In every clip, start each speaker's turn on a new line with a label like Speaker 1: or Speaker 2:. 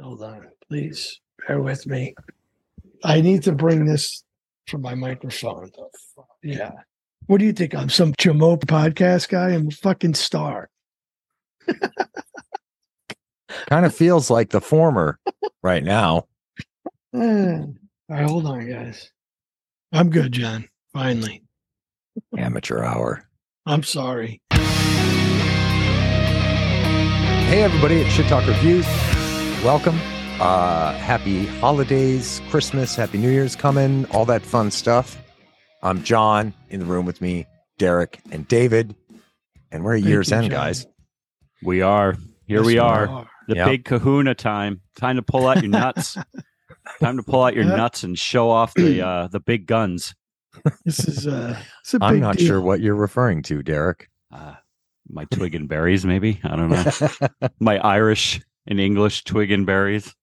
Speaker 1: Hold on, please bear with me. I need to bring this for my microphone. Yeah. What do you think? I'm some Jamo podcast guy. I'm a fucking star.
Speaker 2: Kind of feels like the former right now. Hmm.
Speaker 1: Eh. All right, hold on, guys. I'm good, John. Finally.
Speaker 2: Amateur hour.
Speaker 1: I'm sorry.
Speaker 2: Hey, everybody, it's Shit Talk Reviews. Welcome. Uh, happy holidays, Christmas, Happy New Year's coming, all that fun stuff. I'm John in the room with me, Derek and David. And we're at
Speaker 1: Thank
Speaker 2: year's
Speaker 1: you, John.
Speaker 2: end, guys.
Speaker 3: We are. Here
Speaker 1: Yes,
Speaker 3: we are. The
Speaker 2: Yep.
Speaker 3: big kahuna time. Time to pull out your nuts. time to pull out your
Speaker 1: Yep.
Speaker 3: nuts and show off the uh the big guns.
Speaker 1: This is uh it's a
Speaker 2: I'm
Speaker 1: big
Speaker 2: not
Speaker 1: deal.
Speaker 2: sure what you're referring to, Derek.
Speaker 3: Uh my twig and berries, maybe. I don't know. my Irish and English twig and berries.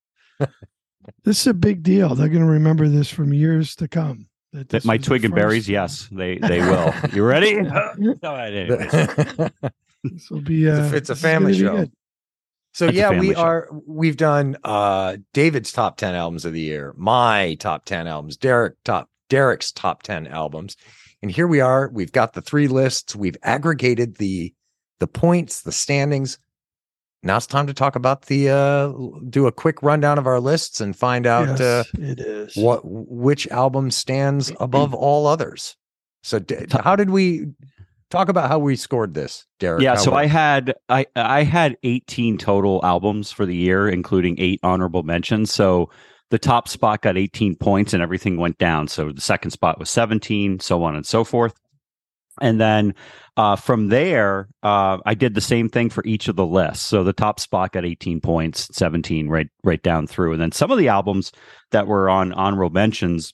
Speaker 1: This is a big deal. They're gonna remember this from years to come. That
Speaker 3: That
Speaker 1: this
Speaker 3: my
Speaker 1: was the
Speaker 3: twig and
Speaker 1: first-
Speaker 3: berries, yes, they they will. You ready? all right, anyways.
Speaker 1: This will be uh,
Speaker 2: it's a
Speaker 1: this is gonna
Speaker 2: family
Speaker 1: be
Speaker 2: show.
Speaker 1: good.
Speaker 2: So
Speaker 3: That's a
Speaker 2: yeah, we
Speaker 3: family show.
Speaker 2: are. We've done uh David's top ten albums of the year, my top ten albums, Derek top Derek's top ten albums, and here we are. We've got the three lists. We've aggregated the the points, the standings. Now it's time to talk about the uh do a quick rundown of our lists and find out uh,
Speaker 1: Yes, it is.
Speaker 2: what which album stands above all others. So D- how did we talk about how we scored this, Derek?
Speaker 3: Yeah,
Speaker 2: How
Speaker 3: so
Speaker 2: we-
Speaker 3: I had I I had 18 total albums for the year, including eight honorable mentions. So the top spot got 18 points, and everything went down. So the second spot was 17, so on and so forth. And then uh, from there, uh, I did the same thing for each of the lists. So the top spot got 18 points, 17 right right down through. And then some of the albums that were on honorable mentions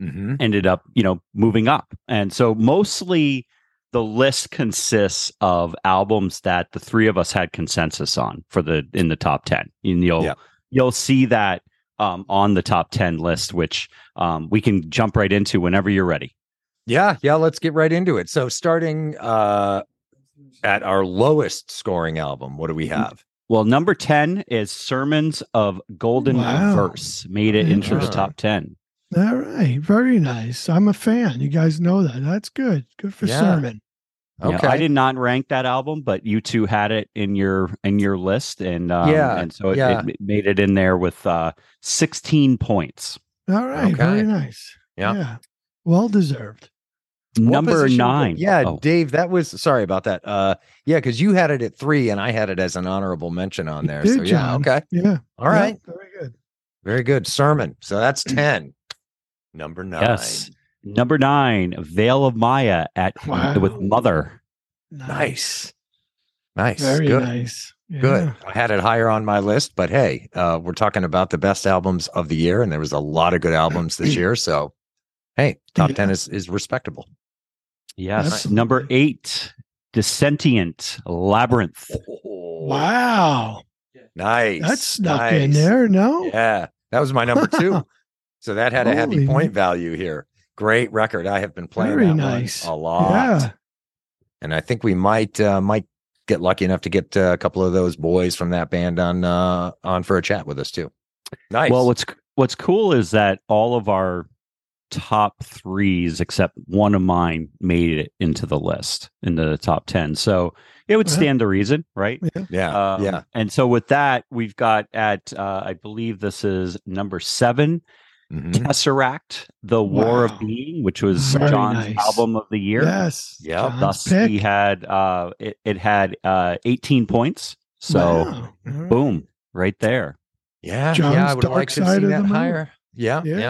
Speaker 2: Mhm.
Speaker 3: ended up, you know, moving up. And so mostly the list consists of albums that the three of us had consensus on for the in the top 10. And you'll
Speaker 2: Yeah.
Speaker 3: you'll see that um, on the top 10 list which um, we can jump right into whenever you're ready.
Speaker 2: Yeah, yeah, let's get right into it. So starting uh at our lowest scoring album, what do we
Speaker 1: Mm,
Speaker 2: have?
Speaker 3: Well, number 10 is Sermons of Golden
Speaker 1: Wow.
Speaker 3: Verse made it into the
Speaker 2: Interesting.
Speaker 3: top 10.
Speaker 1: All right, very nice. I'm a fan. You guys know that. That's good. Good for
Speaker 2: Yeah.
Speaker 1: Sermon.
Speaker 3: Yeah, I did not rank that album, but you two had it in your in your list, and um,
Speaker 2: Yeah,
Speaker 3: and so it,
Speaker 2: yeah.
Speaker 3: it made it in there with uh, sixteen points.
Speaker 1: All right, very
Speaker 2: Okay.
Speaker 1: nice.
Speaker 2: Yeah.
Speaker 1: well deserved.
Speaker 2: What
Speaker 3: Number
Speaker 2: position-
Speaker 3: nine,
Speaker 2: Yeah,
Speaker 3: Oh,
Speaker 2: Dave, that was sorry about that. Uh yeah, because you had it at three and I had it as an honorable mention on
Speaker 1: You
Speaker 2: there.
Speaker 1: did,
Speaker 2: so yeah,
Speaker 1: John.
Speaker 2: okay.
Speaker 1: Yeah, Mm.
Speaker 2: All right.
Speaker 1: yeah, very good.
Speaker 2: Very good. Sermon. So that's 10. Number nine.
Speaker 3: yes, number nine, Veil of Maya at
Speaker 1: Wow.
Speaker 3: with Mother.
Speaker 2: Nice. Nice.
Speaker 1: very
Speaker 2: good.
Speaker 1: nice. Yeah.
Speaker 2: Good. I had it higher on my list, but hey, uh, we're talking about the best albums of the year, and there was a lot of good albums this year. So, hey, top
Speaker 1: Yeah.
Speaker 2: ten is is respectable.
Speaker 3: Yes,
Speaker 1: Absolutely.
Speaker 3: number eight, Dissentient Labyrinth.
Speaker 1: Wow,
Speaker 2: Oh, nice.
Speaker 1: that's snuck in
Speaker 2: nice.
Speaker 1: there. No,
Speaker 2: Yeah, that was my number two. so that had a heavy
Speaker 1: Holy
Speaker 2: point
Speaker 1: mo-
Speaker 2: value here. Great record. I have been playing
Speaker 1: Very
Speaker 2: that
Speaker 1: nice.
Speaker 2: one a lot,
Speaker 1: yeah.
Speaker 2: and I think we might uh, might get lucky enough to get uh, a couple of those boys from that band on uh, on for a chat with us too. Nice.
Speaker 3: Well, what's what's cool is that all of our top threes, except one of mine, made it into the list into the top ten. So it would
Speaker 1: Yeah.
Speaker 3: stand to reason, right?
Speaker 2: yeah,
Speaker 3: Um,
Speaker 2: yeah.
Speaker 3: And so with that, we've got at uh, I believe this is number seven,
Speaker 2: Mhm.
Speaker 3: Tesseract, The War
Speaker 1: Mm-hmm. Wow.
Speaker 3: of Being, which was
Speaker 1: Very
Speaker 3: John's
Speaker 1: nice.
Speaker 3: album of the year.
Speaker 1: Yes.
Speaker 2: Yeah,
Speaker 1: John's
Speaker 3: Thus,
Speaker 1: pick.
Speaker 3: he had uh, it, it had uh, 18 points. So
Speaker 1: Wow. All right.
Speaker 3: boom, right there.
Speaker 2: Yeah,
Speaker 1: John's
Speaker 2: Mm-hmm. yeah, I would
Speaker 1: Dark
Speaker 2: like to
Speaker 1: Side
Speaker 2: see
Speaker 1: of
Speaker 2: that
Speaker 1: the Moon.
Speaker 2: higher. Yeah,
Speaker 1: Yeah.
Speaker 2: yeah,